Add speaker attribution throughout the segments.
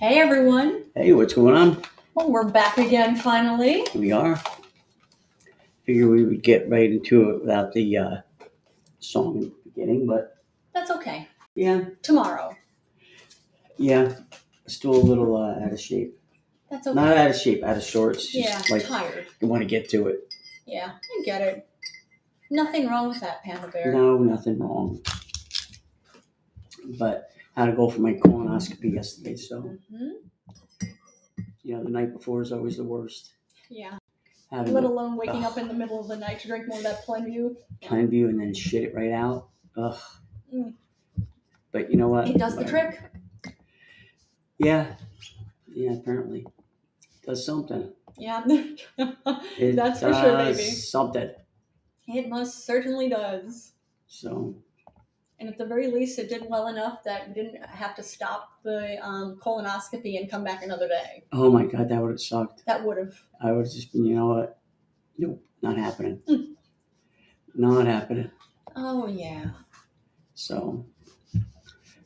Speaker 1: Hey everyone.
Speaker 2: Hey, what's going on?
Speaker 1: Well, we're back again finally.
Speaker 2: We are. Figure we would get right into it without the uh, song in the beginning, but
Speaker 1: That's okay.
Speaker 2: yeah,
Speaker 1: Tomorrow.
Speaker 2: yeah, still a little uh, out of shape.
Speaker 1: That's okay.
Speaker 2: Not out of shape, out of sorts. Just
Speaker 1: yeah,
Speaker 2: like
Speaker 1: tired.
Speaker 2: you want to get to it.
Speaker 1: Yeah, I get it. Nothing wrong with that, Panda Bear.
Speaker 2: No, nothing wrong. But I had to go for my colonoscopy yesterday, so
Speaker 1: hmm
Speaker 2: you know the night before is always the worst.
Speaker 1: Yeah.
Speaker 2: Having
Speaker 1: Let alone waking
Speaker 2: Ugh.
Speaker 1: up in the middle of the night to drink more of that Plenview.
Speaker 2: a plan view and then shit it right out. Ugh.
Speaker 1: Mm.
Speaker 2: But you know what?
Speaker 1: It does the
Speaker 2: Whatever.
Speaker 1: trick.
Speaker 2: Yeah, yeah, apparently does something.
Speaker 1: Yeah.
Speaker 2: It
Speaker 1: That's for sure,
Speaker 2: does
Speaker 1: baby.
Speaker 2: Something.
Speaker 1: It most certainly does.
Speaker 2: So
Speaker 1: And at the very least, it did well enough that we didn't have to stop the um, colonoscopy and come back another day.
Speaker 2: oh my god, that would have sucked.
Speaker 1: That would have.
Speaker 2: I would have just been, you know what? Nope, not happening.
Speaker 1: Hmm.
Speaker 2: Not happening.
Speaker 1: Oh, yeah.
Speaker 2: So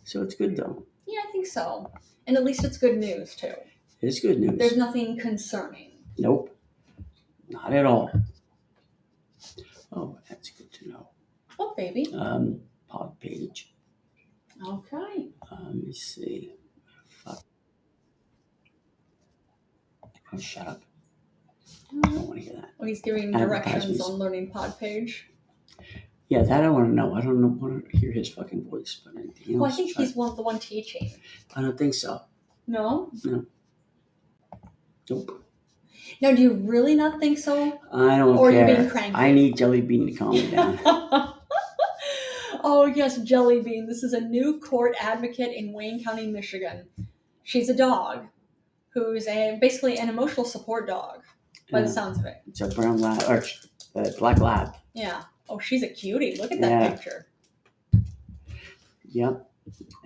Speaker 2: so it's good though.
Speaker 1: Yeah, I think so. And at least it's good news too.
Speaker 2: It's good news.
Speaker 1: There's nothing concerning.
Speaker 2: nope. Not at all. Oh, that's good to know.
Speaker 1: Oh, baby.
Speaker 2: Um pod page.
Speaker 1: Okay.
Speaker 2: Uh, let me see. Fuck. Oh shut up. I
Speaker 1: Oh,
Speaker 2: don't want to hear that.
Speaker 1: he's giving
Speaker 2: Advertisements.
Speaker 1: directions on learning pod page.
Speaker 2: Yeah, that I want to know. I don't know, want to hear his fucking voice, but anything else.
Speaker 1: Well, I think
Speaker 2: try-
Speaker 1: he's one the one teaching.
Speaker 2: I don't think so.
Speaker 1: No.
Speaker 2: Nope.
Speaker 1: Now, do you really not think so?
Speaker 2: I don't
Speaker 1: Or you're
Speaker 2: care.
Speaker 1: being cranky.
Speaker 2: I need Jelly Bean to calm me down.
Speaker 1: oh yes, Jelly Bean. This is a new court advocate in Wayne County, Michigan. She's a dog, who's a basically an emotional support dog. By the
Speaker 2: Yeah.
Speaker 1: sounds of it.
Speaker 2: It's a brown lab or uh, black lab.
Speaker 1: Yeah. Oh, she's a cutie. Look at that
Speaker 2: Yeah.
Speaker 1: picture.
Speaker 2: Yep.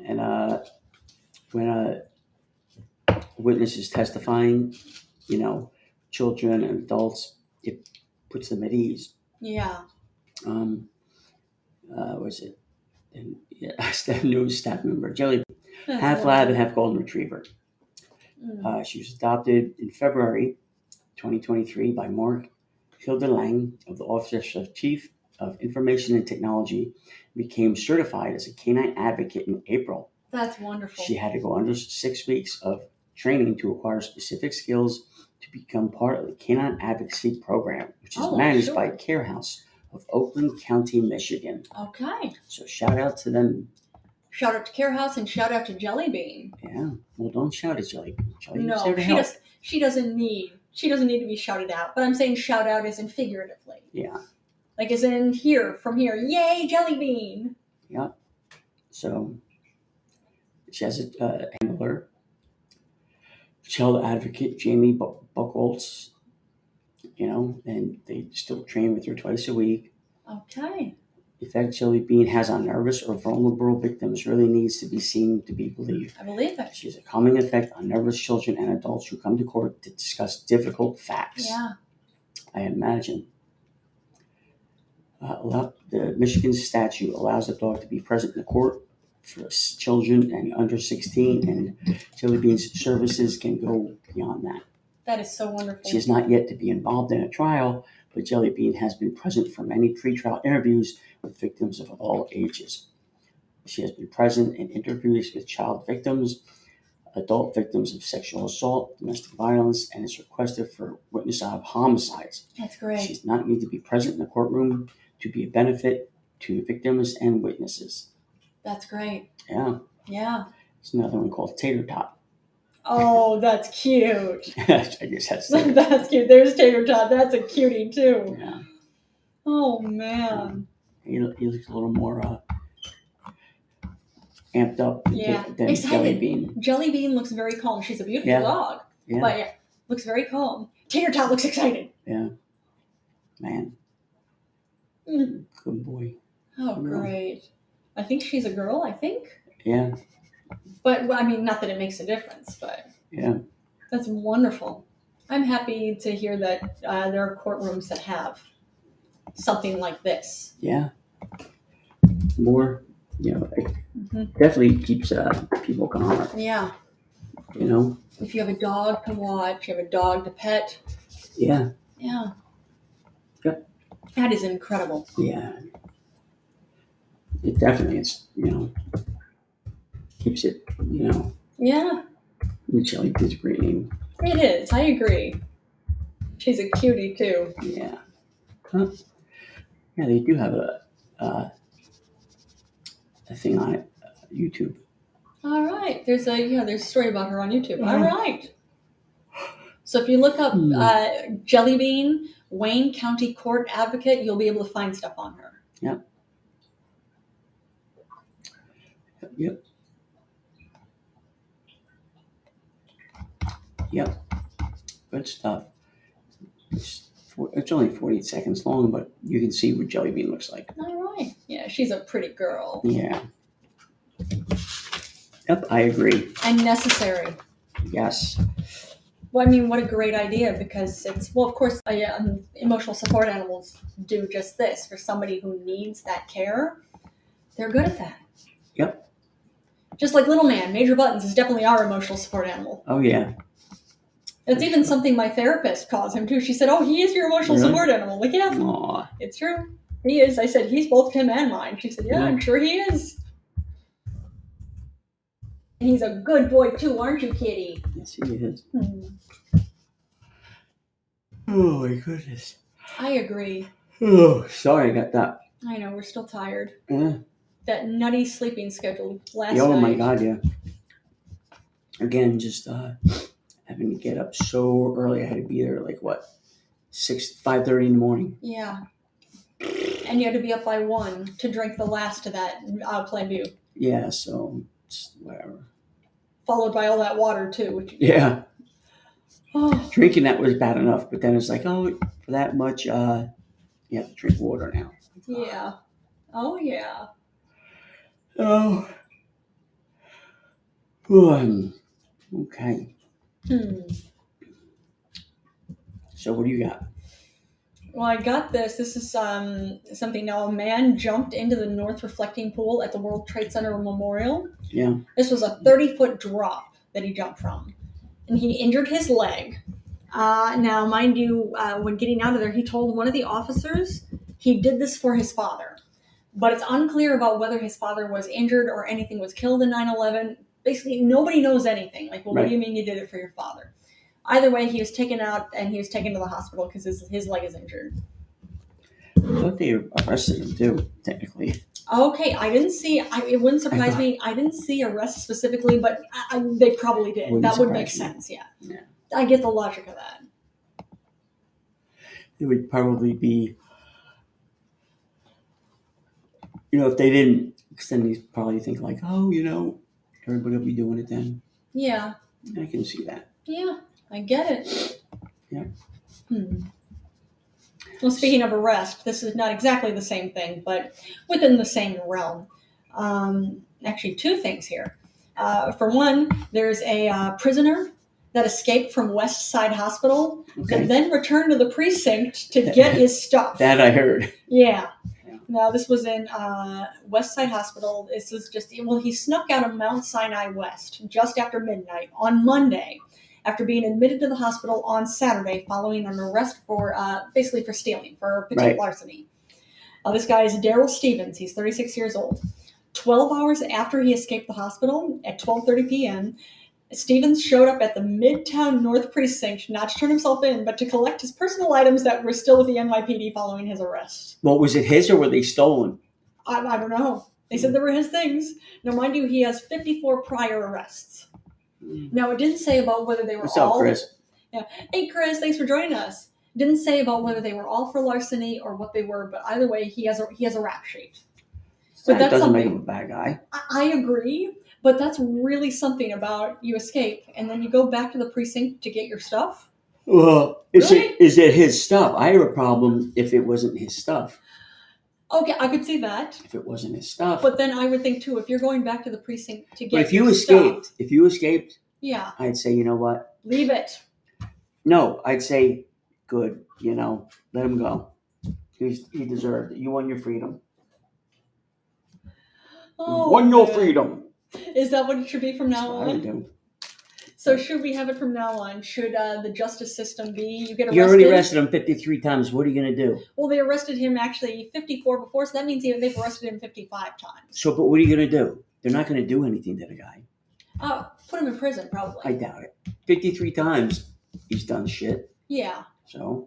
Speaker 2: And uh, when a witness is testifying, you know, children and adults, it puts them at ease.
Speaker 1: Yeah.
Speaker 2: Um, uh, was it? And yeah, staff new staff member Jelly
Speaker 1: That's
Speaker 2: half
Speaker 1: lovely.
Speaker 2: lab and half golden retriever.
Speaker 1: Mm.
Speaker 2: Uh, she was adopted in February 2023 by Mark Hildelang of the Office of Chief of Information and Technology, became certified as a canine advocate in April.
Speaker 1: That's wonderful.
Speaker 2: She had to go under six weeks of training to acquire specific skills to become part of the Canine Advocacy Program, which is
Speaker 1: Oh,
Speaker 2: managed
Speaker 1: sure.
Speaker 2: by CareHouse of Oakland County, Michigan.
Speaker 1: Okay.
Speaker 2: So shout out to them.
Speaker 1: Shout out to Care House and shout out to Jelly Bean.
Speaker 2: Yeah. Well, don't shout at Jelly. Jelly was
Speaker 1: No,
Speaker 2: there to
Speaker 1: she
Speaker 2: help.
Speaker 1: does. She doesn't need. She doesn't need to be shouted out. But I'm saying shout out is in figuratively,
Speaker 2: Yeah.
Speaker 1: like as in here from here. Yay, Jelly Bean.
Speaker 2: So she has a uh, handler, child advocate Jamie Bu- Buckholz, you know, and they still train with her twice a week.
Speaker 1: Okay.
Speaker 2: The effect Jelly Bean has on nervous or vulnerable victims really needs to be seen to be believed.
Speaker 1: I believe it.
Speaker 2: She has a calming effect on nervous children and adults who come to court to discuss difficult facts.
Speaker 1: Yeah.
Speaker 2: I imagine. Uh, allow, the Michigan statute allows the dog to be present in the court for s- children and under 16, and Jelly Bean's services can go beyond that.
Speaker 1: That is so wonderful.
Speaker 2: She is not yet to be involved in a trial, but Jelly Bean has been present for many pretrial interviews with victims of all ages. She has been present in interviews with child victims, adult victims of sexual assault, domestic violence, and is requested for witness of homicides.
Speaker 1: That's great.
Speaker 2: She does not need to be present in the courtroom to be a benefit to victims and witnesses.
Speaker 1: That's great.
Speaker 2: Yeah,
Speaker 1: Yeah.
Speaker 2: it's another one called Tater Tot.
Speaker 1: Oh, that's cute.
Speaker 2: I guess that's Tater Tot.
Speaker 1: that's cute. There's Tater Tot. That's a cutie too.
Speaker 2: Yeah,
Speaker 1: Oh man.
Speaker 2: he, he looks a little more uh, amped up than,
Speaker 1: Yeah,
Speaker 2: than Jelly
Speaker 1: excited.
Speaker 2: Bean.
Speaker 1: Jelly Bean looks very calm. She's a beautiful
Speaker 2: Yeah.
Speaker 1: dog.
Speaker 2: Yeah,
Speaker 1: But yeah, looks very calm. Tater Tot looks excited.
Speaker 2: man,
Speaker 1: Mm.
Speaker 2: good boy.
Speaker 1: Oh,
Speaker 2: Yeah.
Speaker 1: great. I think she's a girl, I think.
Speaker 2: Yeah,
Speaker 1: But well, I mean, not that it makes a difference, but
Speaker 2: yeah,
Speaker 1: that's wonderful. I'm happy to hear that uh, there are courtrooms that have something like this.
Speaker 2: yeah. More, you know, it
Speaker 1: hmm Mm-hmm.
Speaker 2: definitely keeps uh, people calm.
Speaker 1: Yeah.
Speaker 2: You know,
Speaker 1: If you have a dog to watch, you have a dog to pet.
Speaker 2: yeah,
Speaker 1: Yeah.
Speaker 2: Yep.
Speaker 1: That is incredible.
Speaker 2: yeah. It definitely is. You know, keeps it. You know,
Speaker 1: Yeah,
Speaker 2: Michelle Bean's a great name.
Speaker 1: it is. I agree. She's a cutie too.
Speaker 2: Yeah. Huh. Yeah, they do have a uh, a thing on it, uh, YouTube.
Speaker 1: All right. There's a yeah. There's a story about her on YouTube. All
Speaker 2: Yeah.
Speaker 1: right. So if you look up
Speaker 2: Mm. Hmm.
Speaker 1: uh, Jelly Bean Wayne County Court Advocate, you'll be able to find stuff on her.
Speaker 2: Yep. Yep. Good stuff. It's, four, it's only 48 seconds long, but you can see what Jelly Bean looks like.
Speaker 1: All right. Yeah, she's a pretty girl
Speaker 2: Yeah. Yep, I agree.
Speaker 1: and necessary.
Speaker 2: Yes.
Speaker 1: Well, I mean, what a great idea because it's well, of course, uh, yeah, um, emotional support animals do just this for somebody who needs that care. They're good at that.
Speaker 2: Yep.
Speaker 1: Just like Little Man, Major Buttons is definitely our emotional support animal.
Speaker 2: Oh, yeah.
Speaker 1: That's even something my therapist calls him too. She said, "Oh, he is your emotional
Speaker 2: Really?
Speaker 1: support animal." Like, yeah,
Speaker 2: Aw.
Speaker 1: it's true. He is. I said, "He's both him and mine." She said, "Yeah,
Speaker 2: Yeah.
Speaker 1: I'm sure he is." And he's a good boy too, aren't you, Kitty?
Speaker 2: Yes, he is.
Speaker 1: Hmm.
Speaker 2: Oh, my goodness.
Speaker 1: I agree.
Speaker 2: Oh, sorry, I got that.
Speaker 1: I know we're still tired.
Speaker 2: Yeah.
Speaker 1: that nutty sleeping schedule last
Speaker 2: Yeah, oh,
Speaker 1: night.
Speaker 2: my God, yeah. Again, just uh, having to get up so early. I had to be there like, what, 6, 5.30 in the morning.
Speaker 1: Yeah. And you had to be up by one to drink the last of that uh, Plan View,
Speaker 2: Yeah, so it's whatever.
Speaker 1: followed by all that water too. Which,
Speaker 2: Yeah,
Speaker 1: oh,
Speaker 2: drinking that was bad enough, but then it's like, oh, for that much, uh, you have to drink water now.
Speaker 1: yeah. Oh yeah.
Speaker 2: Oh. Um, okay.
Speaker 1: Hmm.
Speaker 2: So what do you got?
Speaker 1: Well, I got this. This is um something. Now, a man jumped into the north reflecting pool at the World Trade Center Memorial.
Speaker 2: Yeah.
Speaker 1: This was a 30 foot drop that he jumped from, and he injured his leg. Uh, now, mind you, uh, when getting out of there, he told one of the officers he did this for his father. But it's unclear about whether his father was injured or anything was killed in 9 11. Basically, nobody knows anything. Like, well, what do you mean you did it for your father? Either way, he was taken out and he was taken to the hospital because his, his leg is injured.
Speaker 2: I thought they arrested him too, technically.
Speaker 1: Okay, I didn't see, I, it wouldn't surprise me. I didn't see arrest specifically, but I, I, they probably did.
Speaker 2: Wouldn't
Speaker 1: that would make
Speaker 2: surprise me.
Speaker 1: sense, yeah.
Speaker 2: Yeah.
Speaker 1: I get the logic of that.
Speaker 2: It would probably be, you know, if they didn't, because then they probably think like, oh, you know, everybody will be doing it then.
Speaker 1: Yeah,
Speaker 2: I can see that.
Speaker 1: yeah, I get it.
Speaker 2: Yeah.
Speaker 1: Hmm. Well, speaking of arrest, this is not exactly the same thing, but within the same realm. Um, actually, two things here. Uh, for one, there's a uh, prisoner that escaped from West Side Hospital
Speaker 2: Okay.
Speaker 1: and then returned to the precinct to get his stuff.
Speaker 2: That I heard.
Speaker 1: Yeah.
Speaker 2: Yeah.
Speaker 1: No, this was in uh, West Side Hospital. This was just, well, he snuck out of Mount Sinai West just after midnight on Monday after being admitted to the hospital on Saturday following an arrest for uh, basically for stealing, for petty
Speaker 2: Right.
Speaker 1: larceny. Uh, this guy is Daryl Stevens. He's 36 years old. 12 hours after he escaped the hospital at 12.30 p.m., Stevens showed up at the Midtown North Precinct not to turn himself in, but to collect his personal items that were still with the NYPD following his arrest.
Speaker 2: Well, was it his or were they stolen?
Speaker 1: I, I don't know. They said they were his things. Now, mind you, he has 54 prior arrests. Now, it didn't say about whether they were
Speaker 2: What's up,
Speaker 1: all.
Speaker 2: Chris?
Speaker 1: Hey, Chris, thanks for joining us. Didn't say about whether they were all for larceny or what they were, but either way, he has a he has a rap sheet. So
Speaker 2: that
Speaker 1: that's
Speaker 2: doesn't
Speaker 1: something.
Speaker 2: make him a bad guy.
Speaker 1: I, I agree, but that's really something about you escape and then you go back to the precinct to get your stuff.
Speaker 2: Well, is
Speaker 1: Really?
Speaker 2: it is it his stuff? I have a problem if it wasn't his stuff.
Speaker 1: Okay, I could see that.
Speaker 2: If it wasn't his stuff, but,
Speaker 1: But then I would think too, if you're going back to the precinct to get
Speaker 2: if you
Speaker 1: your
Speaker 2: escaped,
Speaker 1: stuff,
Speaker 2: if you escaped,
Speaker 1: yeah,
Speaker 2: I'd say you know what?
Speaker 1: leave it.
Speaker 2: No, I'd say good. You know, let him go. He's, he deserved it. You won your freedom. You
Speaker 1: Oh,
Speaker 2: won your
Speaker 1: good.
Speaker 2: freedom.
Speaker 1: Oh, Is that what it should be from
Speaker 2: That's
Speaker 1: now
Speaker 2: what I would
Speaker 1: on?
Speaker 2: do.
Speaker 1: So should we have it from now on? Should uh, the justice system be you get arrested?
Speaker 2: You already arrested him 53 times. What are you going to do?
Speaker 1: Well, they arrested him actually 54 before, so that means they- they've arrested him 55 times.
Speaker 2: So, but what are you going to do? They're not going to do anything to the guy.
Speaker 1: Uh, put him in prison probably.
Speaker 2: I doubt it. 53 times he's done shit.
Speaker 1: yeah,
Speaker 2: So,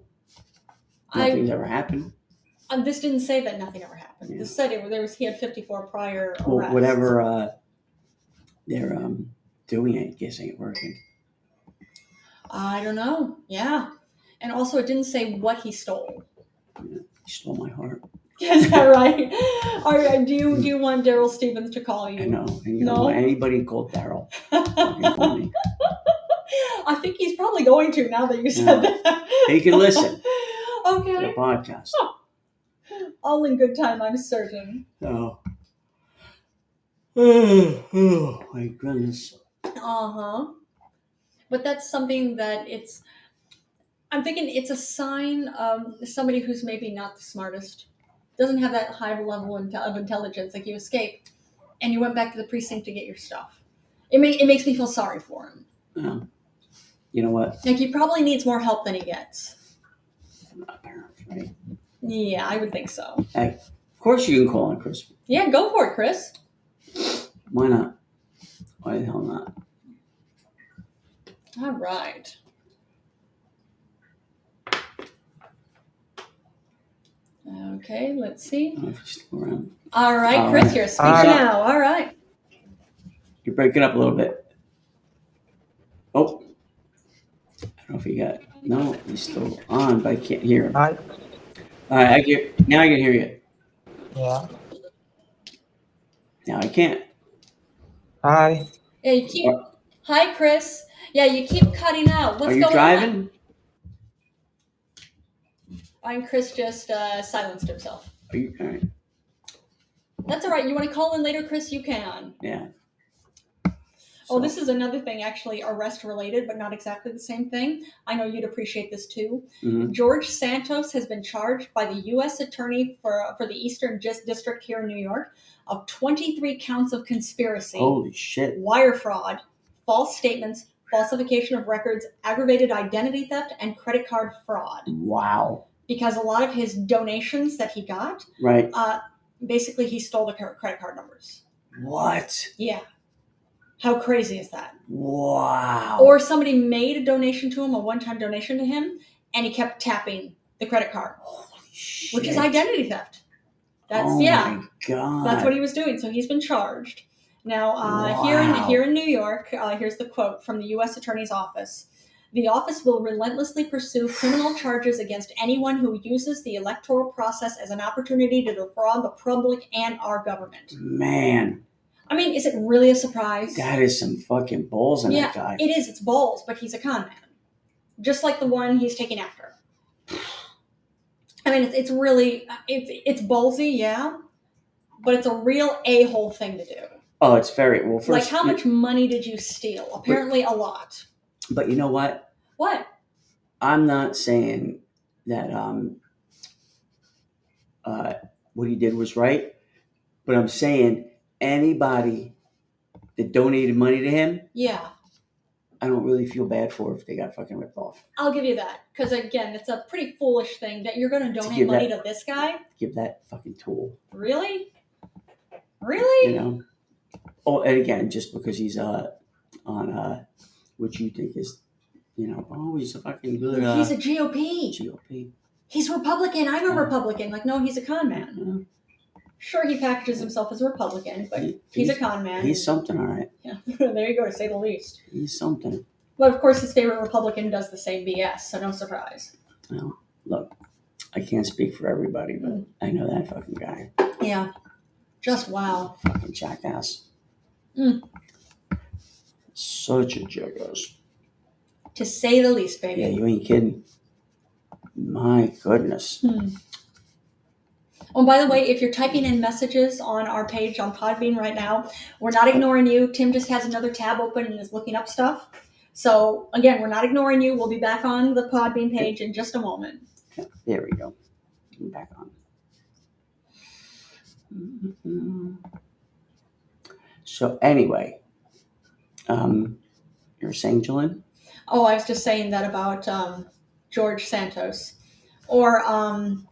Speaker 1: I
Speaker 2: nothing's ever happened.
Speaker 1: uh, this didn't say that nothing ever happened.
Speaker 2: Yeah.
Speaker 1: This said it, there was he had 54 prior arrests.
Speaker 2: Well, whatever uh, they're um, doing, I guess, ain't working.
Speaker 1: I don't know. Yeah, and also it didn't say what he stole.
Speaker 2: He stole my heart.
Speaker 1: Is that right? All right. Do you do you want Daryl Stevens to call
Speaker 2: I
Speaker 1: you?
Speaker 2: know. And you don't
Speaker 1: No.
Speaker 2: want anybody called Daryl. fucking
Speaker 1: I,
Speaker 2: call me.
Speaker 1: think he's probably going to now that you said that.
Speaker 2: He can listen to the
Speaker 1: okay.
Speaker 2: podcast.
Speaker 1: All in good time, I'm certain.
Speaker 2: So, oh, oh, my goodness.
Speaker 1: Uh huh. But that's something that it's. I'm thinking it's a sign of somebody who's maybe not the smartest, doesn't have that high level inte- of intelligence. Like you escaped, and you went back to the precinct to get your stuff. It ma- it makes me feel sorry for him.
Speaker 2: Um, you know what?
Speaker 1: Like he probably needs more help than he gets.
Speaker 2: Apparently, right?
Speaker 1: Yeah, I would think so.
Speaker 2: Of course, you can call on Chris.
Speaker 1: Yeah, go for it, Chris.
Speaker 2: Why not? Why the hell not?
Speaker 1: All right. Okay, let's see.
Speaker 2: I don't know if he's still around.
Speaker 1: All right,
Speaker 2: All
Speaker 1: Chris,
Speaker 2: right. Uh,
Speaker 1: you're speaking
Speaker 2: All right.
Speaker 1: now. All right.
Speaker 2: You're breaking up a little bit. Oh, I don't know if he got. No, he's still on, but I can't hear him.
Speaker 3: Hi.
Speaker 2: All right, I can, now I can hear you.
Speaker 3: Yeah.
Speaker 2: Now I can't.
Speaker 3: Hi.
Speaker 1: Yeah, you keep. Hi, Chris. Yeah, you keep cutting out. What's
Speaker 2: Are you
Speaker 1: going on?
Speaker 2: driving?
Speaker 1: And Chris just uh, silenced himself.
Speaker 2: Are you all right?
Speaker 1: That's all right. You want to call in later, Chris? You can.
Speaker 2: Yeah.
Speaker 1: Oh, this is another thing, actually, arrest related, but not exactly the same thing. I know you'd appreciate this too.
Speaker 2: Mhm.
Speaker 1: George Santos has been charged by the U.S. Attorney for, for the Eastern Dis- District here in New York of 23 counts of conspiracy,
Speaker 2: Holy shit!
Speaker 1: wire fraud, false statements, falsification of records, aggravated identity theft, and credit card fraud.
Speaker 2: Wow.
Speaker 1: Because a lot of his donations that he got,
Speaker 2: Right.
Speaker 1: uh, basically, he stole the cre- credit card numbers.
Speaker 2: What?
Speaker 1: Yeah. How crazy is that?
Speaker 2: Wow.
Speaker 1: Or somebody made a donation to him, a one time donation to him, and he kept tapping the credit card.
Speaker 2: Holy shit.
Speaker 1: which is identity theft. That's
Speaker 2: oh
Speaker 1: yeah,
Speaker 2: My God.
Speaker 1: that's what he was doing. So he's been charged. Now uh, here in
Speaker 2: Wow.
Speaker 1: here in New York, uh, here's the quote from the U.S. Attorney's Office. The office will relentlessly pursue criminal charges against anyone who uses the electoral process as an opportunity to defraud the public and our government.
Speaker 2: Man,
Speaker 1: I mean, is it really a surprise?
Speaker 2: that is some fucking balls on
Speaker 1: Yeah,
Speaker 2: that guy.
Speaker 1: It is. It's balls, but he's a con man, just like the one he's taking after. I mean, it's, it's really it's it's ballsy, yeah, but it's a real a hole thing to do.
Speaker 2: oh, it's very well. First,
Speaker 1: like, how much money did you steal? Apparently, a lot.
Speaker 2: But you know what?
Speaker 1: What?
Speaker 2: I'm not saying that um uh what he did was right, but I'm saying anybody that donated money to him,
Speaker 1: Yeah,
Speaker 2: I don't really feel bad for if they got fucking ripped off.
Speaker 1: I'll give you that because again, it's a pretty foolish thing that you're going to donate
Speaker 2: give
Speaker 1: money to this guy.
Speaker 2: Give that fucking tool,
Speaker 1: Really?
Speaker 2: you
Speaker 1: Really?
Speaker 2: know. Oh, and again, just because he's uh on uh what you think is, you know, oh he's a fucking good uh,
Speaker 1: He's a GOP.
Speaker 2: GOP.
Speaker 1: He's Republican. I'm a
Speaker 2: Yeah.
Speaker 1: Republican. Like, no, he's a con man. Sure, he packages himself as a Republican, but
Speaker 2: He-
Speaker 1: he's, a
Speaker 2: he's-
Speaker 1: con man.
Speaker 2: He's something, all right.
Speaker 1: Yeah, there you go, to say the least.
Speaker 2: He's something.
Speaker 1: But of course, his favorite Republican does the same BS, so no surprise.
Speaker 2: I can't speak for everybody, but I know that fucking guy.
Speaker 1: Yeah. Just wow.
Speaker 2: Fucking jackass.
Speaker 1: Mm.
Speaker 2: Such a jackass.
Speaker 1: To say the least, baby.
Speaker 2: Yeah, you ain't kidding. My goodness.
Speaker 1: Hmm. Oh, and by the way, if you're typing in messages on our page on Podbean right now, we're not ignoring you. Tim just has another tab open and is looking up stuff. So, again, we're not ignoring you. We'll be back on the Podbean page in just a moment.
Speaker 2: There we go. I'm back on. Mm-hmm. So anyway, um, You were saying, Jillian?
Speaker 1: Oh, I was just saying that about um, George Santos or um,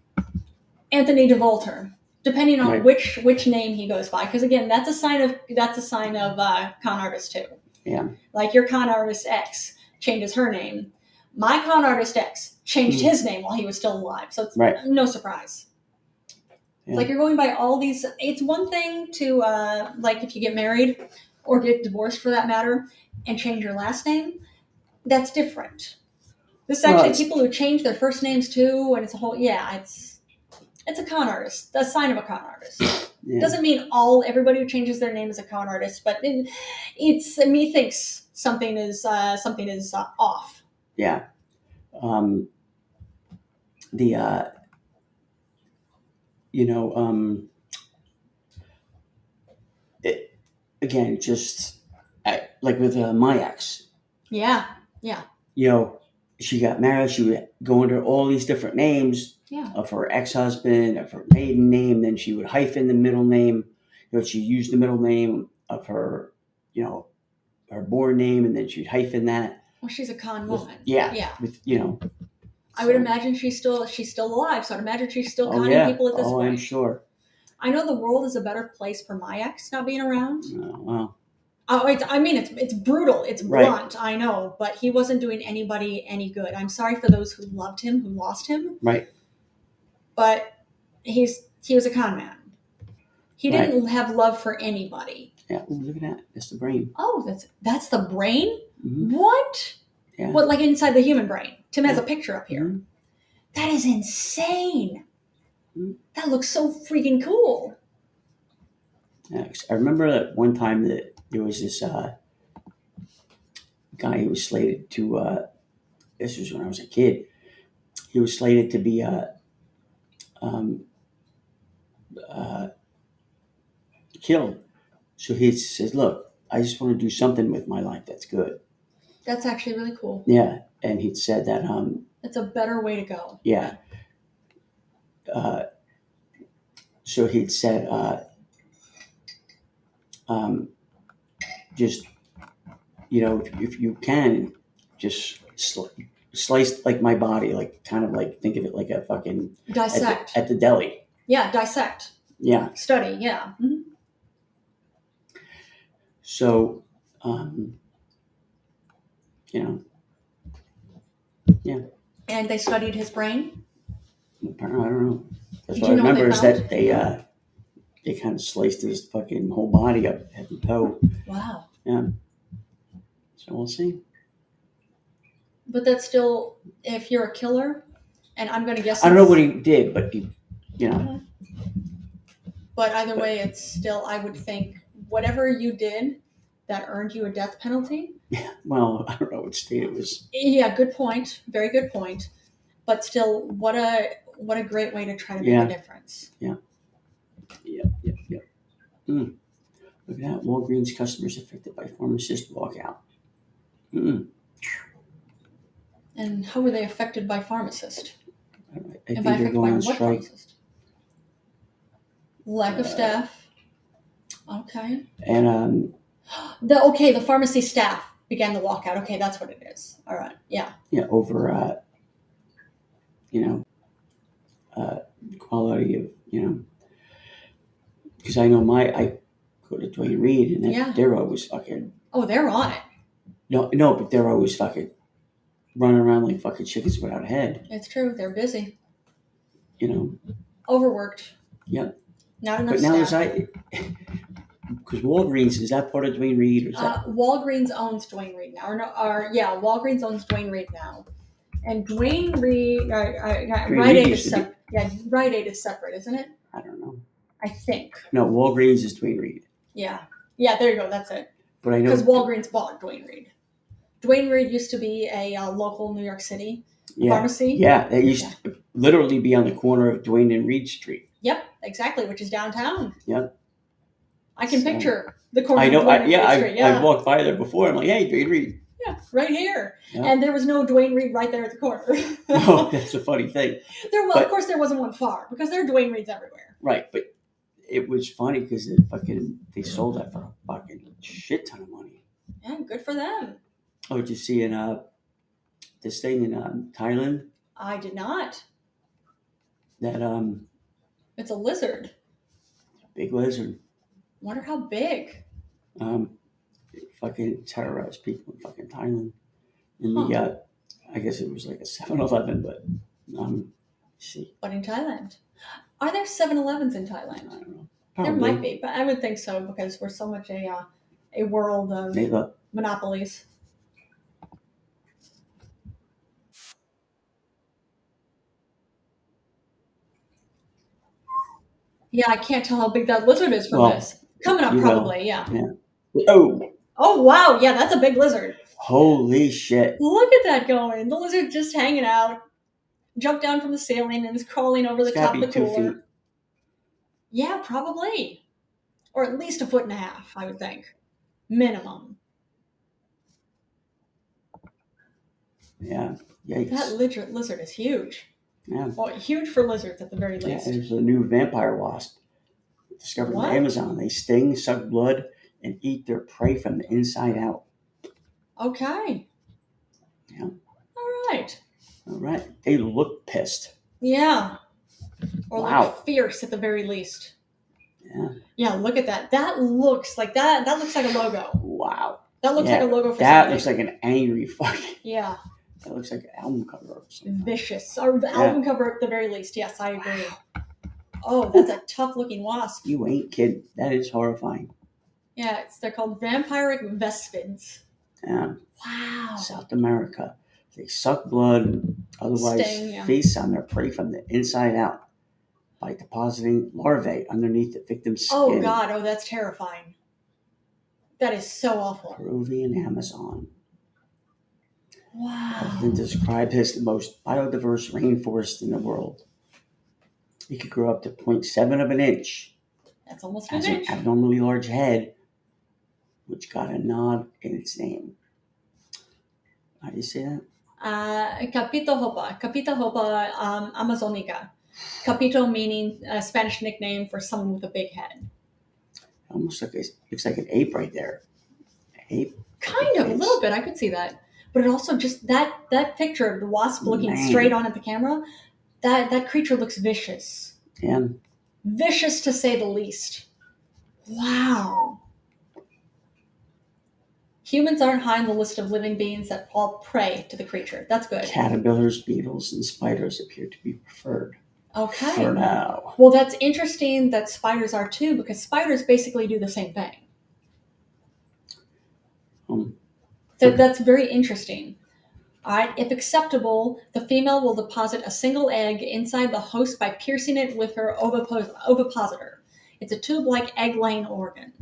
Speaker 1: Anthony DeVolter, depending on
Speaker 2: Right.
Speaker 1: which which name he goes by. Because again, that's a sign of that's a sign of uh, con artist too.
Speaker 2: Yeah.
Speaker 1: Like your con artist X changes her name. My con artist X changed
Speaker 2: Mm.
Speaker 1: his name while he was still alive, so it's
Speaker 2: Right.
Speaker 1: no surprise.
Speaker 2: Yeah.
Speaker 1: It's like you're going by all these. It's one thing to uh, like if you get married or get divorced for that matter and change your last name. That's different. This is
Speaker 2: Well,
Speaker 1: actually
Speaker 2: it's-
Speaker 1: people who change their first names too, and it's a whole yeah. It's it's a con artist. A sign of a con artist. It
Speaker 2: Yeah.
Speaker 1: doesn't mean all everybody who changes their name is a con artist, but it, it's me thinks something is uh, something is uh, off.
Speaker 2: Yeah. Um, the, uh, you know, um, it, again, just I, like with uh, my ex,
Speaker 1: Yeah,
Speaker 2: you know, she got married, she would go under all these different names
Speaker 1: yeah,
Speaker 2: of her ex husband, of her maiden name, then she would hyphen the middle name. You know, she used the middle name of her, you know, her born name, and then she'd hyphen that.
Speaker 1: well, she's a con
Speaker 2: With-
Speaker 1: woman.
Speaker 2: yeah.
Speaker 1: yeah.
Speaker 2: With you know,
Speaker 1: I would
Speaker 2: so-
Speaker 1: imagine she's still she's still alive, so I'd imagine she's still
Speaker 2: Oh
Speaker 1: conning
Speaker 2: yeah.
Speaker 1: people at this
Speaker 2: oh,
Speaker 1: point.
Speaker 2: I'm sure.
Speaker 1: I know the world is a better place for my ex not being around.
Speaker 2: Oh, wow.
Speaker 1: Oh, it's, I mean, it's it's brutal, it's
Speaker 2: Right.
Speaker 1: blunt, I know, but he wasn't doing anybody any good. I'm sorry for those who loved him, who lost him,
Speaker 2: Right.
Speaker 1: but he's he was a con man. He didn't have love for anybody.
Speaker 2: Yeah. Ooh, look at that. That's the brain.
Speaker 1: Oh, that's that's the brain.
Speaker 2: Mhm.
Speaker 1: What?
Speaker 2: Yeah.
Speaker 1: What, like inside the human brain? Tim has a picture up here.
Speaker 2: Mhm.
Speaker 1: That is insane.
Speaker 2: Mhm.
Speaker 1: That looks so freaking cool.
Speaker 2: Yeah, 'cause I remember that one time that there was this uh, guy who was slated to. Uh, this was when I was a kid. He was slated to be uh, um, uh, killed. So he says, "Look, I just want to do something with my life that's good."
Speaker 1: That's actually really cool.
Speaker 2: Yeah, and he said that um,
Speaker 1: That's a better way to go.
Speaker 2: Yeah. Uh, so he'd said, uh, um, just, you know, if, if you can, just sl- slice like my body, like kind of like think of it like a fucking at
Speaker 1: Dissect.
Speaker 2: the, at the deli.
Speaker 1: yeah, dissect.
Speaker 2: Yeah.
Speaker 1: Study. Yeah. Mhm.
Speaker 2: So, um, you know,
Speaker 1: And they studied his brain.
Speaker 2: I don't know. That's
Speaker 1: Did
Speaker 2: what I
Speaker 1: you know what they
Speaker 2: remember is
Speaker 1: found?
Speaker 2: that they, uh, they kind of sliced his fucking whole body up, head to toe.
Speaker 1: Wow.
Speaker 2: So we'll see.
Speaker 1: But that's still, if you're a killer, and I'm going to guess.
Speaker 2: I don't know
Speaker 1: it's-
Speaker 2: what he did, but he, you know,
Speaker 1: But either way, it's still, I would think, whatever you did that earned you a death penalty.
Speaker 2: well, I don't know what state it was.
Speaker 1: Yeah, good point. Very good point. But still, what a what a great way to try to make
Speaker 2: Yeah.
Speaker 1: a difference.
Speaker 2: Yep, yep, yep. Mm. Look at that. Walgreens customers affected by pharmacist walkout. Mm.
Speaker 1: And how were they affected by pharmacist?
Speaker 2: I, I
Speaker 1: and by
Speaker 2: think they're
Speaker 1: affected by
Speaker 2: going on
Speaker 1: what
Speaker 2: strike.
Speaker 1: pharmacist? Lack of
Speaker 2: Uh,
Speaker 1: staff. Okay.
Speaker 2: And um,
Speaker 1: The okay, the pharmacy staff began the walkout. Okay, that's what it is. All right. Yeah.
Speaker 2: yeah, over, uh, you know, uh, quality of, you know, because I know my, I go to Dwayne Reed and that,
Speaker 1: Yeah.
Speaker 2: they're always fucking,
Speaker 1: Oh, they're on it.
Speaker 2: no, no, but they're always fucking running around like fucking chickens without a head,
Speaker 1: It's true. They're busy.
Speaker 2: you know.
Speaker 1: Overworked.
Speaker 2: Yep.
Speaker 1: Not enough
Speaker 2: But now is
Speaker 1: staff.
Speaker 2: I because Walgreens is that part of Dwayne Reed or is that
Speaker 1: Uh, Walgreens owns Dwayne Reed now. Or no, or yeah, Walgreens owns Dwayne Reed now. And Dwayne Reed, uh, uh, uh,
Speaker 2: Reed
Speaker 1: Rite Aid
Speaker 2: used
Speaker 1: is
Speaker 2: to be-
Speaker 1: separate. Yeah, Rite Aid is separate, isn't it?
Speaker 2: I don't know.
Speaker 1: I think.
Speaker 2: No, Walgreens is Dwayne Reed.
Speaker 1: Yeah. Yeah, there you go. That's it.
Speaker 2: But I know
Speaker 1: Because Walgreens bought Dwayne Reed. Dwayne Reed used to be a uh, local New York City
Speaker 2: yeah,
Speaker 1: pharmacy.
Speaker 2: yeah, that used to literally be on the corner of Dwayne and Reed Street.
Speaker 1: Yep, exactly, which is downtown.
Speaker 2: Yep.
Speaker 1: I can
Speaker 2: So-
Speaker 1: picture the corner.
Speaker 2: I
Speaker 1: of
Speaker 2: know.
Speaker 1: Dwayne
Speaker 2: I,
Speaker 1: and
Speaker 2: yeah,
Speaker 1: Reed
Speaker 2: I,
Speaker 1: Street. yeah,
Speaker 2: I've walked by there before. I'm like, hey, Dwayne Reed.
Speaker 1: yeah, right here.
Speaker 2: Yeah.
Speaker 1: And there was no Dwayne Reed right there at the corner.
Speaker 2: No, that's a funny thing,
Speaker 1: there was,
Speaker 2: But-
Speaker 1: of course, there wasn't one far because there are Dwayne Reeds everywhere.
Speaker 2: right? But it was funny because they fucking they sold that for a fucking shit ton of money.
Speaker 1: Yeah, good for them.
Speaker 2: Oh, did you see in uh, this thing in um, Thailand
Speaker 1: I did not.
Speaker 2: that um,
Speaker 1: It's a lizard.
Speaker 2: big lizard
Speaker 1: Wonder how big.
Speaker 2: um, fucking terrorized people in fucking Thailand? In the
Speaker 1: Huh.
Speaker 2: uh, I guess it was like a 7-Eleven, but um, let's see,
Speaker 1: But in Thailand, are there 7-Elevens in Thailand?
Speaker 2: I don't know.
Speaker 1: There
Speaker 2: Probably
Speaker 1: might be, but I would think so because we're so much a uh, a world of
Speaker 2: They look.
Speaker 1: monopolies. Yeah, I can't tell how big that lizard is from
Speaker 2: Well,
Speaker 1: this. Coming up,
Speaker 2: you will.
Speaker 1: probably. Yeah.
Speaker 2: Oh,
Speaker 1: Oh wow, yeah, that's a big lizard.
Speaker 2: holy shit!
Speaker 1: Look at that going. The lizard just hanging out, jumped down from the ceiling and is crawling over the
Speaker 2: It's
Speaker 1: top
Speaker 2: gotta
Speaker 1: of
Speaker 2: be
Speaker 1: the
Speaker 2: two
Speaker 1: cooler.
Speaker 2: feet.
Speaker 1: Yeah, probably. Or at least a foot and a half, I would think. Minimum.
Speaker 2: Yeah, yikes!
Speaker 1: That lizard, lizard is huge.
Speaker 2: yeah.
Speaker 1: Well, huge for lizards at the very
Speaker 2: Yeah,
Speaker 1: least.
Speaker 2: there's a new vampire wasp discovered
Speaker 1: What?
Speaker 2: on Amazon. They sting, suck blood, and eat their prey from the inside out.
Speaker 1: Okay.
Speaker 2: Yeah.
Speaker 1: All right.
Speaker 2: All right, they look pissed.
Speaker 1: Yeah. Or
Speaker 2: Wow.
Speaker 1: look fierce at the very least.
Speaker 2: Yeah.
Speaker 1: Yeah, look at that. That looks like that. That looks like a logo.
Speaker 2: Wow,
Speaker 1: That looks
Speaker 2: Yeah,
Speaker 1: like a logo for
Speaker 2: that
Speaker 1: something.
Speaker 2: looks like an angry fucking.
Speaker 1: yeah,
Speaker 2: That looks like an album cover. Or something.
Speaker 1: vicious. Or the album cover at the very least. Yes, I agree. Oh, that's a tough looking wasp.
Speaker 2: You ain't kidding. That is horrifying.
Speaker 1: Yeah, it's, they're called vampiric vespids.
Speaker 2: Yeah.
Speaker 1: Wow.
Speaker 2: South America, they suck blood, and otherwise
Speaker 1: Sting, yeah.
Speaker 2: feast on their prey from the inside out by depositing larvae underneath the victim's skin.
Speaker 1: oh God. Oh, that's terrifying. That is so awful.
Speaker 2: Peruvian Amazon.
Speaker 1: Wow.
Speaker 2: often described as the most biodiverse rainforest in the world. It could grow up to 0.7 of an inch,
Speaker 1: That's almost an
Speaker 2: has an
Speaker 1: inch.
Speaker 2: abnormally large head, which got a nod in its name. How do you say that?
Speaker 1: Uh, Capito Hopa. Capito Hopa um, Amazonica. Capito meaning a Spanish nickname for someone with a big head.
Speaker 2: Almost like it looks like an ape right there. Ape,
Speaker 1: Kind of, a little bit. I could see that. But it also just that that picture of the wasp looking
Speaker 2: Man.
Speaker 1: straight on at the camera, that that creature looks vicious.
Speaker 2: and
Speaker 1: Vicious to say the least. Wow. Humans aren't high on the list of living beings that fall prey to the creature. That's good.
Speaker 2: caterpillars, beetles, and spiders appear to be preferred
Speaker 1: Okay.
Speaker 2: for now.
Speaker 1: Well, that's interesting that spiders are too, because spiders basically do the same thing.
Speaker 2: Um,
Speaker 1: So that's very interesting. All right, if acceptable, the female will deposit a single egg inside the host by piercing it with her ovipos- ovipositor. It's a tube-like egg-laying organ.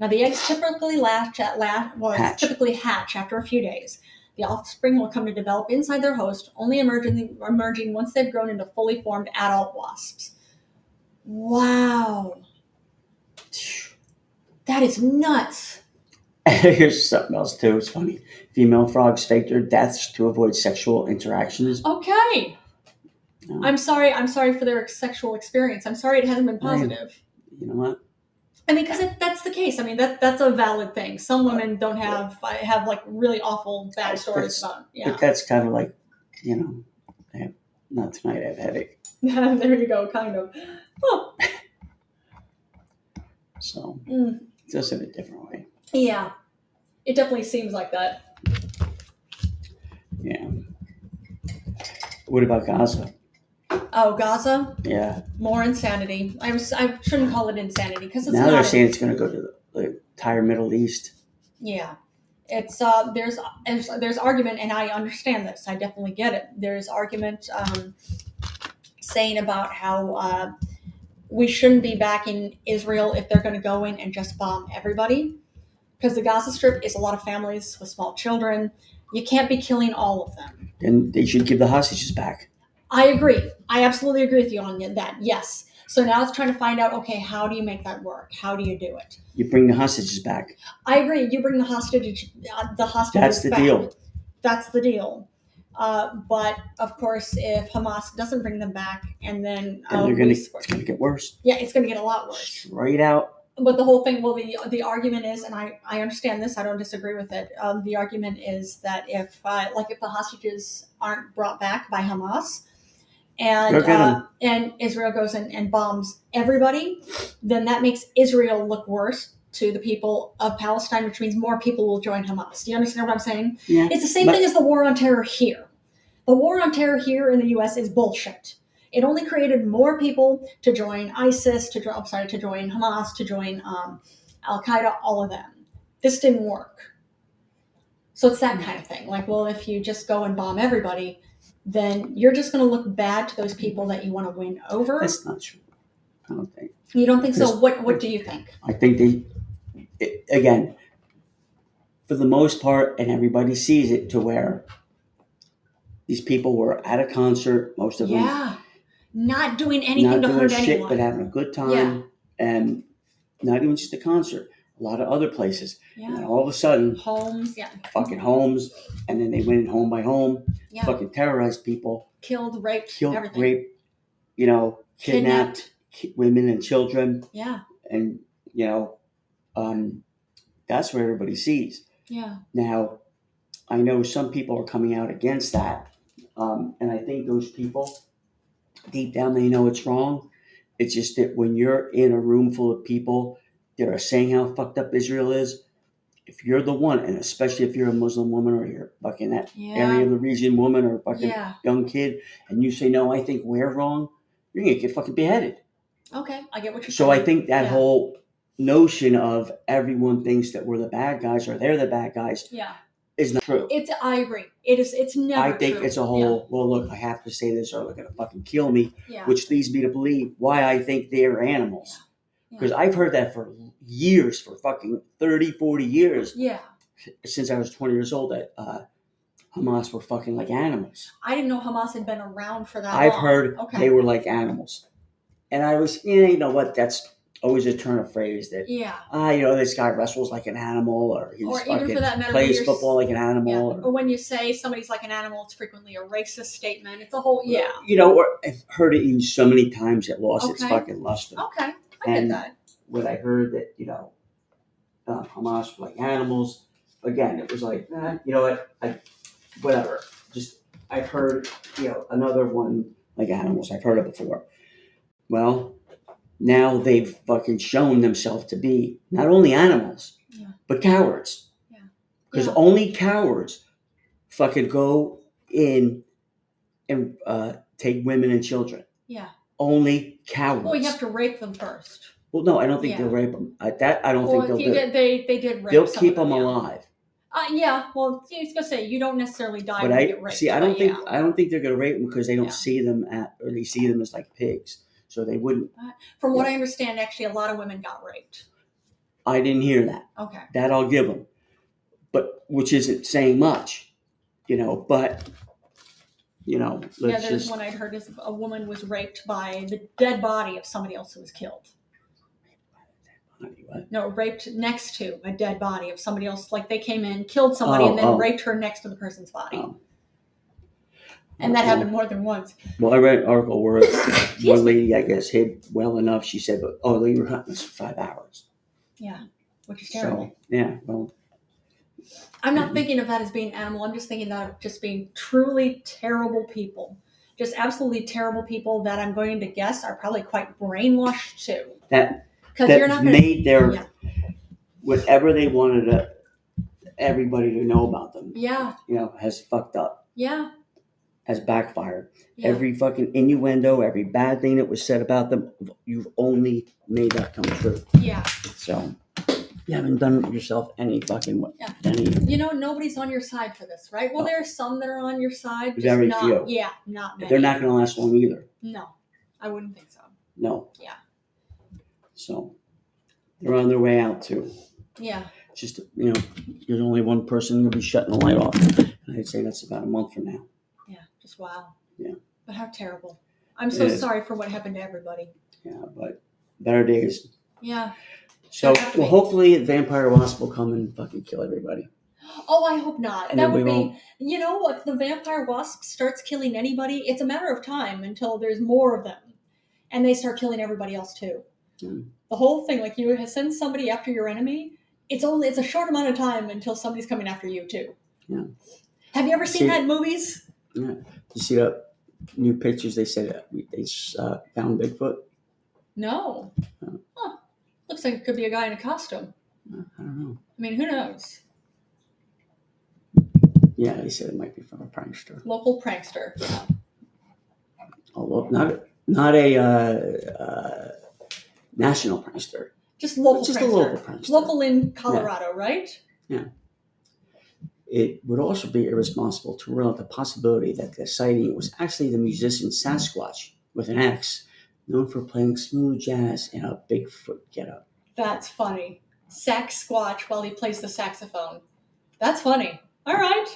Speaker 1: Now, the eggs typically latch at la- well, it's
Speaker 2: Hatch.
Speaker 1: typically hatch after a few days. The offspring will come to develop inside their host, only emerging emerging once they've grown into fully formed adult wasps. Wow, that is nuts.
Speaker 2: Here's something else too. It's funny. Female frogs fake their deaths to avoid sexual interactions.
Speaker 1: Okay.
Speaker 2: Um,
Speaker 1: I'm sorry. I'm sorry for their sexual experience. I'm sorry it hasn't been positive.
Speaker 2: you know what?
Speaker 1: I mean, because that's the case. I mean, that that's a valid thing. Some women don't have I have like really awful bad
Speaker 2: Uh, That's-
Speaker 1: stories about. Yeah,
Speaker 2: But that's kind of like, you know, I have, not tonight, I have headache.
Speaker 1: there you go. Kind of. Huh.
Speaker 2: So
Speaker 1: Mm.
Speaker 2: just in a different way.
Speaker 1: Yeah, it definitely seems like that.
Speaker 2: Yeah. What about Gaza?
Speaker 1: Oh, Gaza,
Speaker 2: Yeah.
Speaker 1: more insanity. I'm s- I shouldn't call it insanity because it's
Speaker 2: now
Speaker 1: not.
Speaker 2: they're saying it's going to go to the, the entire Middle East.
Speaker 1: Yeah. It's uh there's there's, there's argument and I understand this. I definitely get it. There's argument um, saying about how uh, we shouldn't be backing Israel if they're going to go in and just bomb everybody because the Gaza Strip is a lot of families with small children. You can't be killing all of them.
Speaker 2: Then they should give the hostages back.
Speaker 1: I agree. I absolutely agree with you on that. Yes. So now it's trying to find out okay, how do you make that work? How do you do it?
Speaker 2: You bring the hostages back.
Speaker 1: I agree. You bring the hostage, uh, the hostage.
Speaker 2: That's the
Speaker 1: back.
Speaker 2: deal.
Speaker 1: That's the deal. Uh, but of course, if Hamas doesn't bring them back, and then
Speaker 2: And
Speaker 1: uh,
Speaker 2: they're going
Speaker 1: we
Speaker 2: to,
Speaker 1: support-
Speaker 2: it's going to get worse.
Speaker 1: yeah, it's going to get a lot worse.
Speaker 2: Straight out
Speaker 1: but the whole thing well the the argument is and i i understand this i don't disagree with it um, the argument is that if uh, like if the hostages aren't brought back by hamas and
Speaker 2: Go get 'em.
Speaker 1: uh, and israel goes and, and bombs everybody then that makes israel look worse to the people of palestine which means more people will join hamas do you understand what i'm saying
Speaker 2: Yeah.
Speaker 1: it's the same
Speaker 2: But-
Speaker 1: thing as the war on terror here the war on terror here in the us is bullshit it only created more people to join ISIS, to join, I'm sorry, to join Hamas, to join um, Al Qaeda, all of them. This didn't work. So it's that kind of thing. Like, well, if you just go and bomb everybody, then you're just going to look bad to those people that you want to win over.
Speaker 2: That's not true. I don't think.
Speaker 1: you don't think so?
Speaker 2: That's-
Speaker 1: What What do you think?
Speaker 2: I think they, it, again, for the most part, and everybody sees it to where these people were at a concert, most of them,
Speaker 1: Yeah, not doing anything
Speaker 2: not
Speaker 1: to
Speaker 2: doing
Speaker 1: hurt
Speaker 2: shit
Speaker 1: anyone.
Speaker 2: but having a good time,
Speaker 1: Yeah.
Speaker 2: and not even just the concert, a lot of other places. And then
Speaker 1: yeah,
Speaker 2: all of a sudden,
Speaker 1: homes. Yeah,
Speaker 2: fucking homes, and then they went home by home,
Speaker 1: yeah,
Speaker 2: fucking terrorized people,
Speaker 1: killed, raped,
Speaker 2: killed,
Speaker 1: everything.
Speaker 2: raped, you know, kidnapped,
Speaker 1: Kidnapped.
Speaker 2: ki- women and children,
Speaker 1: Yeah,
Speaker 2: and you know, um, that's what everybody sees.
Speaker 1: yeah,
Speaker 2: Now, I know some people are coming out against that, um, and I think those people, deep down, they know it's wrong. It's just that when you're in a room full of people that are saying how fucked up Israel is, if you're the one, and especially if you're a Muslim woman or you're fucking that area
Speaker 1: yeah,
Speaker 2: of the region woman or fucking
Speaker 1: yeah.
Speaker 2: young kid, and you say no, I think we're wrong, you're gonna get fucking beheaded.
Speaker 1: Okay, I get what you're
Speaker 2: So
Speaker 1: saying.
Speaker 2: I think that
Speaker 1: Yeah.
Speaker 2: whole notion of everyone thinks that we're the bad guys or they're the bad guys
Speaker 1: Yeah.
Speaker 2: is not true.
Speaker 1: It's I agree. It is. It's never.
Speaker 2: I think
Speaker 1: true.
Speaker 2: it's a whole, well, look, I have to say this or they're going to fucking kill me,
Speaker 1: Yeah. yeah.
Speaker 2: which leads me to believe why I think they're animals.
Speaker 1: Yeah.
Speaker 2: Because I've heard that for years, for fucking 30, 40 years,
Speaker 1: yeah.
Speaker 2: since I was 20 years old, that uh, Hamas were fucking like animals.
Speaker 1: I didn't know Hamas had been around for that
Speaker 2: I've
Speaker 1: long.
Speaker 2: heard
Speaker 1: Oh, Okay.
Speaker 2: they were like animals. And I was, yeah, you know what? That's always a turn of phrase that,
Speaker 1: Yeah.
Speaker 2: ah, you know, this guy wrestles like an animal or he's
Speaker 1: Or even for
Speaker 2: fucking
Speaker 1: that matter, when
Speaker 2: plays
Speaker 1: you're-
Speaker 2: football like an animal.
Speaker 1: Yeah.
Speaker 2: or-
Speaker 1: Or when you say somebody's like an animal, it's frequently a racist statement. It's a whole. Oh, Yeah.
Speaker 2: You know, or I've heard it used so many times it lost its
Speaker 1: Okay.
Speaker 2: fucking luster.
Speaker 1: Okay. I get
Speaker 2: And-
Speaker 1: that.
Speaker 2: When I heard that, you know, uh, Hamas were like animals, again, it was like, eh, you know what, I, whatever. Just, I've heard, you know, another one like animals. I've heard it before. Well, now they've fucking shown themselves to be not only animals,
Speaker 1: Yeah.
Speaker 2: but cowards.
Speaker 1: Yeah.
Speaker 2: Because
Speaker 1: Yeah.
Speaker 2: only cowards fucking go in and uh, take women and children.
Speaker 1: Yeah.
Speaker 2: Only cowards.
Speaker 1: Well, you have to rape them first.
Speaker 2: Well, no, I don't think
Speaker 1: Yeah.
Speaker 2: they'll rape them. I, that I don't
Speaker 1: Well,
Speaker 2: think they'll
Speaker 1: if
Speaker 2: do.
Speaker 1: you did, they they did rape.
Speaker 2: they'll
Speaker 1: some
Speaker 2: keep
Speaker 1: of
Speaker 2: them
Speaker 1: yeah.
Speaker 2: alive.
Speaker 1: Uh, yeah. Well, I was gonna say you don't necessarily die
Speaker 2: But
Speaker 1: when you
Speaker 2: I
Speaker 1: get raped.
Speaker 2: see. I don't
Speaker 1: but
Speaker 2: think
Speaker 1: yeah.
Speaker 2: I don't think they're going to rape them because they don't
Speaker 1: Yeah.
Speaker 2: see them at, or they see them as like pigs. So they wouldn't.
Speaker 1: From what I understand, actually, a lot of women got raped.
Speaker 2: I didn't hear that.
Speaker 1: Okay.
Speaker 2: That I'll give them, but which isn't saying much, you know. But you know,
Speaker 1: Yeah,
Speaker 2: let's
Speaker 1: there's
Speaker 2: just
Speaker 1: one I'd heard is a woman was raped by the dead body of somebody else who was killed.
Speaker 2: anyway.
Speaker 1: No, raped next to a dead body of somebody else. Like they came in, killed somebody,
Speaker 2: Oh,
Speaker 1: and then
Speaker 2: oh.
Speaker 1: raped her next to the person's body.
Speaker 2: Oh.
Speaker 1: And that
Speaker 2: Okay.
Speaker 1: happened more than once.
Speaker 2: Well, I read an article where
Speaker 1: Excuse
Speaker 2: one lady, I guess, hid well enough. She said, "But oh, they were hunting us for five hours."
Speaker 1: Yeah, which is terrible.
Speaker 2: So yeah, well,
Speaker 1: I'm not thinking of that as being animal. I'm just thinking that of just being truly terrible people. Just absolutely terrible people that I'm going to guess are probably quite brainwashed too.
Speaker 2: That-
Speaker 1: because
Speaker 2: that
Speaker 1: you're not going to
Speaker 2: made their
Speaker 1: Yeah.
Speaker 2: whatever they wanted to, everybody to know about them.
Speaker 1: Yeah,
Speaker 2: You know, has fucked up,
Speaker 1: yeah,
Speaker 2: has backfired.
Speaker 1: yeah.
Speaker 2: Every fucking innuendo, every bad thing that was said about them, you've only made that come true.
Speaker 1: yeah.
Speaker 2: So you haven't done yourself any fucking
Speaker 1: Yeah.
Speaker 2: any.
Speaker 1: You know, nobody's on your side for this, right? Well, there are some that are on your side. Just
Speaker 2: Very
Speaker 1: not,
Speaker 2: few.
Speaker 1: Yeah, not many.
Speaker 2: They're not going to last long either.
Speaker 1: No, I wouldn't think so.
Speaker 2: No.
Speaker 1: Yeah.
Speaker 2: So they're on their way out too.
Speaker 1: Yeah,
Speaker 2: Just you know, there's only one person going to be shutting the light off. And I'd say that's about a month from now.
Speaker 1: yeah, just wow.
Speaker 2: Yeah.
Speaker 1: But how terrible. I'm so
Speaker 2: It is.
Speaker 1: sorry for what happened to everybody.
Speaker 2: Yeah, but better days
Speaker 1: Yeah.
Speaker 2: So
Speaker 1: Don't have to
Speaker 2: well,
Speaker 1: be.
Speaker 2: hopefully, Vampire Wasp will come and fucking kill everybody,
Speaker 1: Oh, I hope not.
Speaker 2: and
Speaker 1: that
Speaker 2: then we
Speaker 1: would be,
Speaker 2: won't.
Speaker 1: you know, what? the vampire wasp starts killing anybody, it's a matter of time until there's more of them and they start killing everybody else too.
Speaker 2: Mm.
Speaker 1: The whole thing, like you send somebody after your enemy, it's only it's a short amount of time until somebody's coming after you too.
Speaker 2: Yeah.
Speaker 1: Have you ever seen
Speaker 2: See-
Speaker 1: that in movies?
Speaker 2: You see the new pictures they said uh, we- they uh, found Bigfoot?
Speaker 1: No.
Speaker 2: No.
Speaker 1: Huh. Looks like it could be a guy in a costume.
Speaker 2: Uh, I don't know.
Speaker 1: I mean, who knows?
Speaker 2: Yeah, they said it might be from a prankster.
Speaker 1: Local prankster. Yeah.
Speaker 2: Although Oh, not not a uh, uh, national prankster,
Speaker 1: Just local
Speaker 2: just
Speaker 1: prankster.
Speaker 2: a local prankster.
Speaker 1: Local in Colorado, right?
Speaker 2: It would also be irresponsible to rule out the possibility that the sighting was actually the musician Sasquatch with an axe, known for playing smooth jazz in a Bigfoot getup.
Speaker 1: That's funny. Sax squatch while he plays the saxophone. That's funny. All right.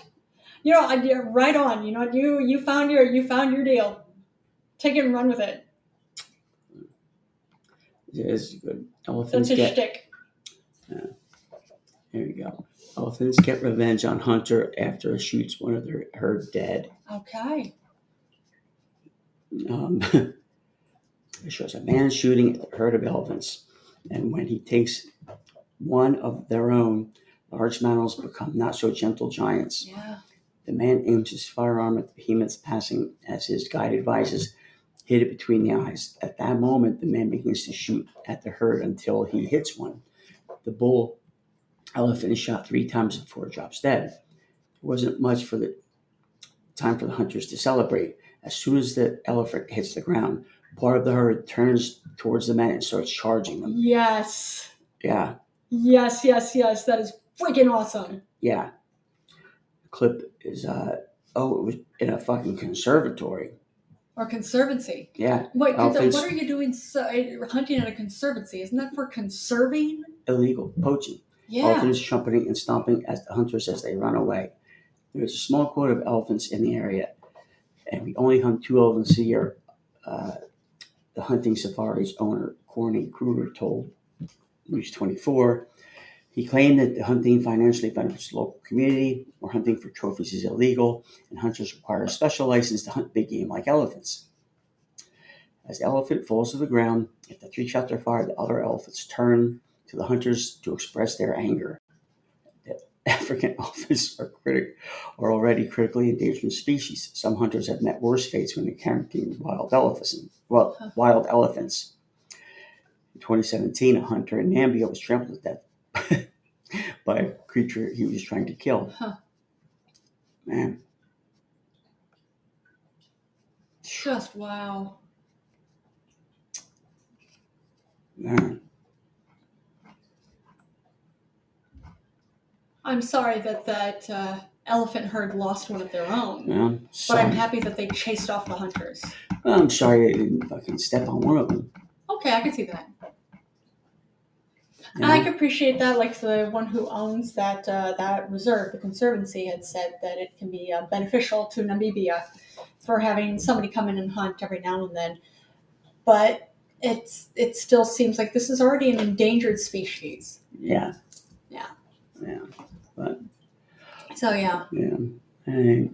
Speaker 1: You know, I, yeah, right on. You know, you you found your you found your deal. Take it and run with it.
Speaker 2: It is good.
Speaker 1: That's
Speaker 2: Elephants
Speaker 1: his
Speaker 2: get
Speaker 1: shtick.
Speaker 2: there. You go. Elephants get revenge on hunter after it shoots one of their herd dead.
Speaker 1: Okay.
Speaker 2: um, it shows a man shooting at the herd of elephants, and when he takes one of their own, large mammals become not so gentle giants.
Speaker 1: Yeah.
Speaker 2: The man aims his firearm at the behemoth's passing as his guide advises, hit it between the eyes. At that moment, the man begins to shoot at the herd until he hits one. The bull elephant is shot three times before it drops dead. There wasn't much for the time for the hunters to celebrate. As soon as the elephant hits the ground, part of the herd turns towards the man and starts charging them.
Speaker 1: Yes.
Speaker 2: Yeah,
Speaker 1: Yes, yes, yes. That is freaking awesome.
Speaker 2: yeah. clip is uh oh, it was in a fucking conservatory.
Speaker 1: Or conservancy.
Speaker 2: Yeah,
Speaker 1: Wait,
Speaker 2: Oh,
Speaker 1: what
Speaker 2: please.
Speaker 1: are you doing so, uh, hunting at a conservancy? Isn't that for conserving?
Speaker 2: illegal poaching.
Speaker 1: Yeah.
Speaker 2: elephants trumpeting and stomping at the hunters as they run away. There is a small quota of elephants in the area, and we only hunt two elephants a year. Uh, the hunting safari's owner, Corny Kruger, told News 24. He claimed that the hunting financially benefits the local community, where hunting for trophies is illegal, and hunters require a special license to hunt big game like elephants. As the elephant falls to the ground, if the three shots are fired, the other elephants turn to the hunters to express their anger. The African elephants are, critic, are already critically endangered species. Some hunters have met worse fates when encountering wild elephants. Well, wild elephants. In 2017, a hunter in Namibia was trampled to death by a creature he was trying to kill.
Speaker 1: Huh.
Speaker 2: Man,
Speaker 1: Just wow.
Speaker 2: man.
Speaker 1: I'm sorry that that uh, elephant herd lost one of their own,
Speaker 2: man. I'm
Speaker 1: but I'm
Speaker 2: sorry.
Speaker 1: happy that they chased off the hunters.
Speaker 2: I'm sorry I didn't fucking step on one of them.
Speaker 1: Okay, I can see that.
Speaker 2: you know?
Speaker 1: I can appreciate that. Like the one who owns that uh, that reserve, the conservancy had said that it can be uh, beneficial to Namibia for having somebody come in and hunt every now and then. But it's it still seems like this is already an endangered species.
Speaker 2: yeah.
Speaker 1: Yeah.
Speaker 2: Yeah.
Speaker 1: So yeah.
Speaker 2: Yeah. I,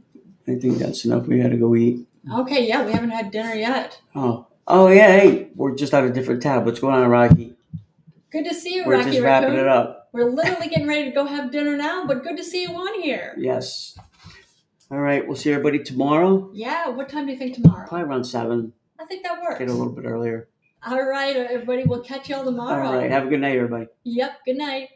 Speaker 2: I think that's enough. We gotta go eat.
Speaker 1: Okay, yeah, we haven't had dinner yet.
Speaker 2: Oh. Oh yeah, hey, we're just on a different tab. What's going on, Rocky?
Speaker 1: Good to see you,
Speaker 2: We're
Speaker 1: Rocky
Speaker 2: just wrapping
Speaker 1: Raccoon.
Speaker 2: it up.
Speaker 1: We're literally getting ready to go have dinner now, but good to see you on here.
Speaker 2: Yes. All right, we'll see everybody tomorrow.
Speaker 1: Yeah, what time do you think tomorrow?
Speaker 2: Probably around seven.
Speaker 1: I think that works.
Speaker 2: Get a little bit earlier.
Speaker 1: All right, everybody, we'll catch y'all tomorrow.
Speaker 2: All right. Have a good night, everybody.
Speaker 1: Yep, good night.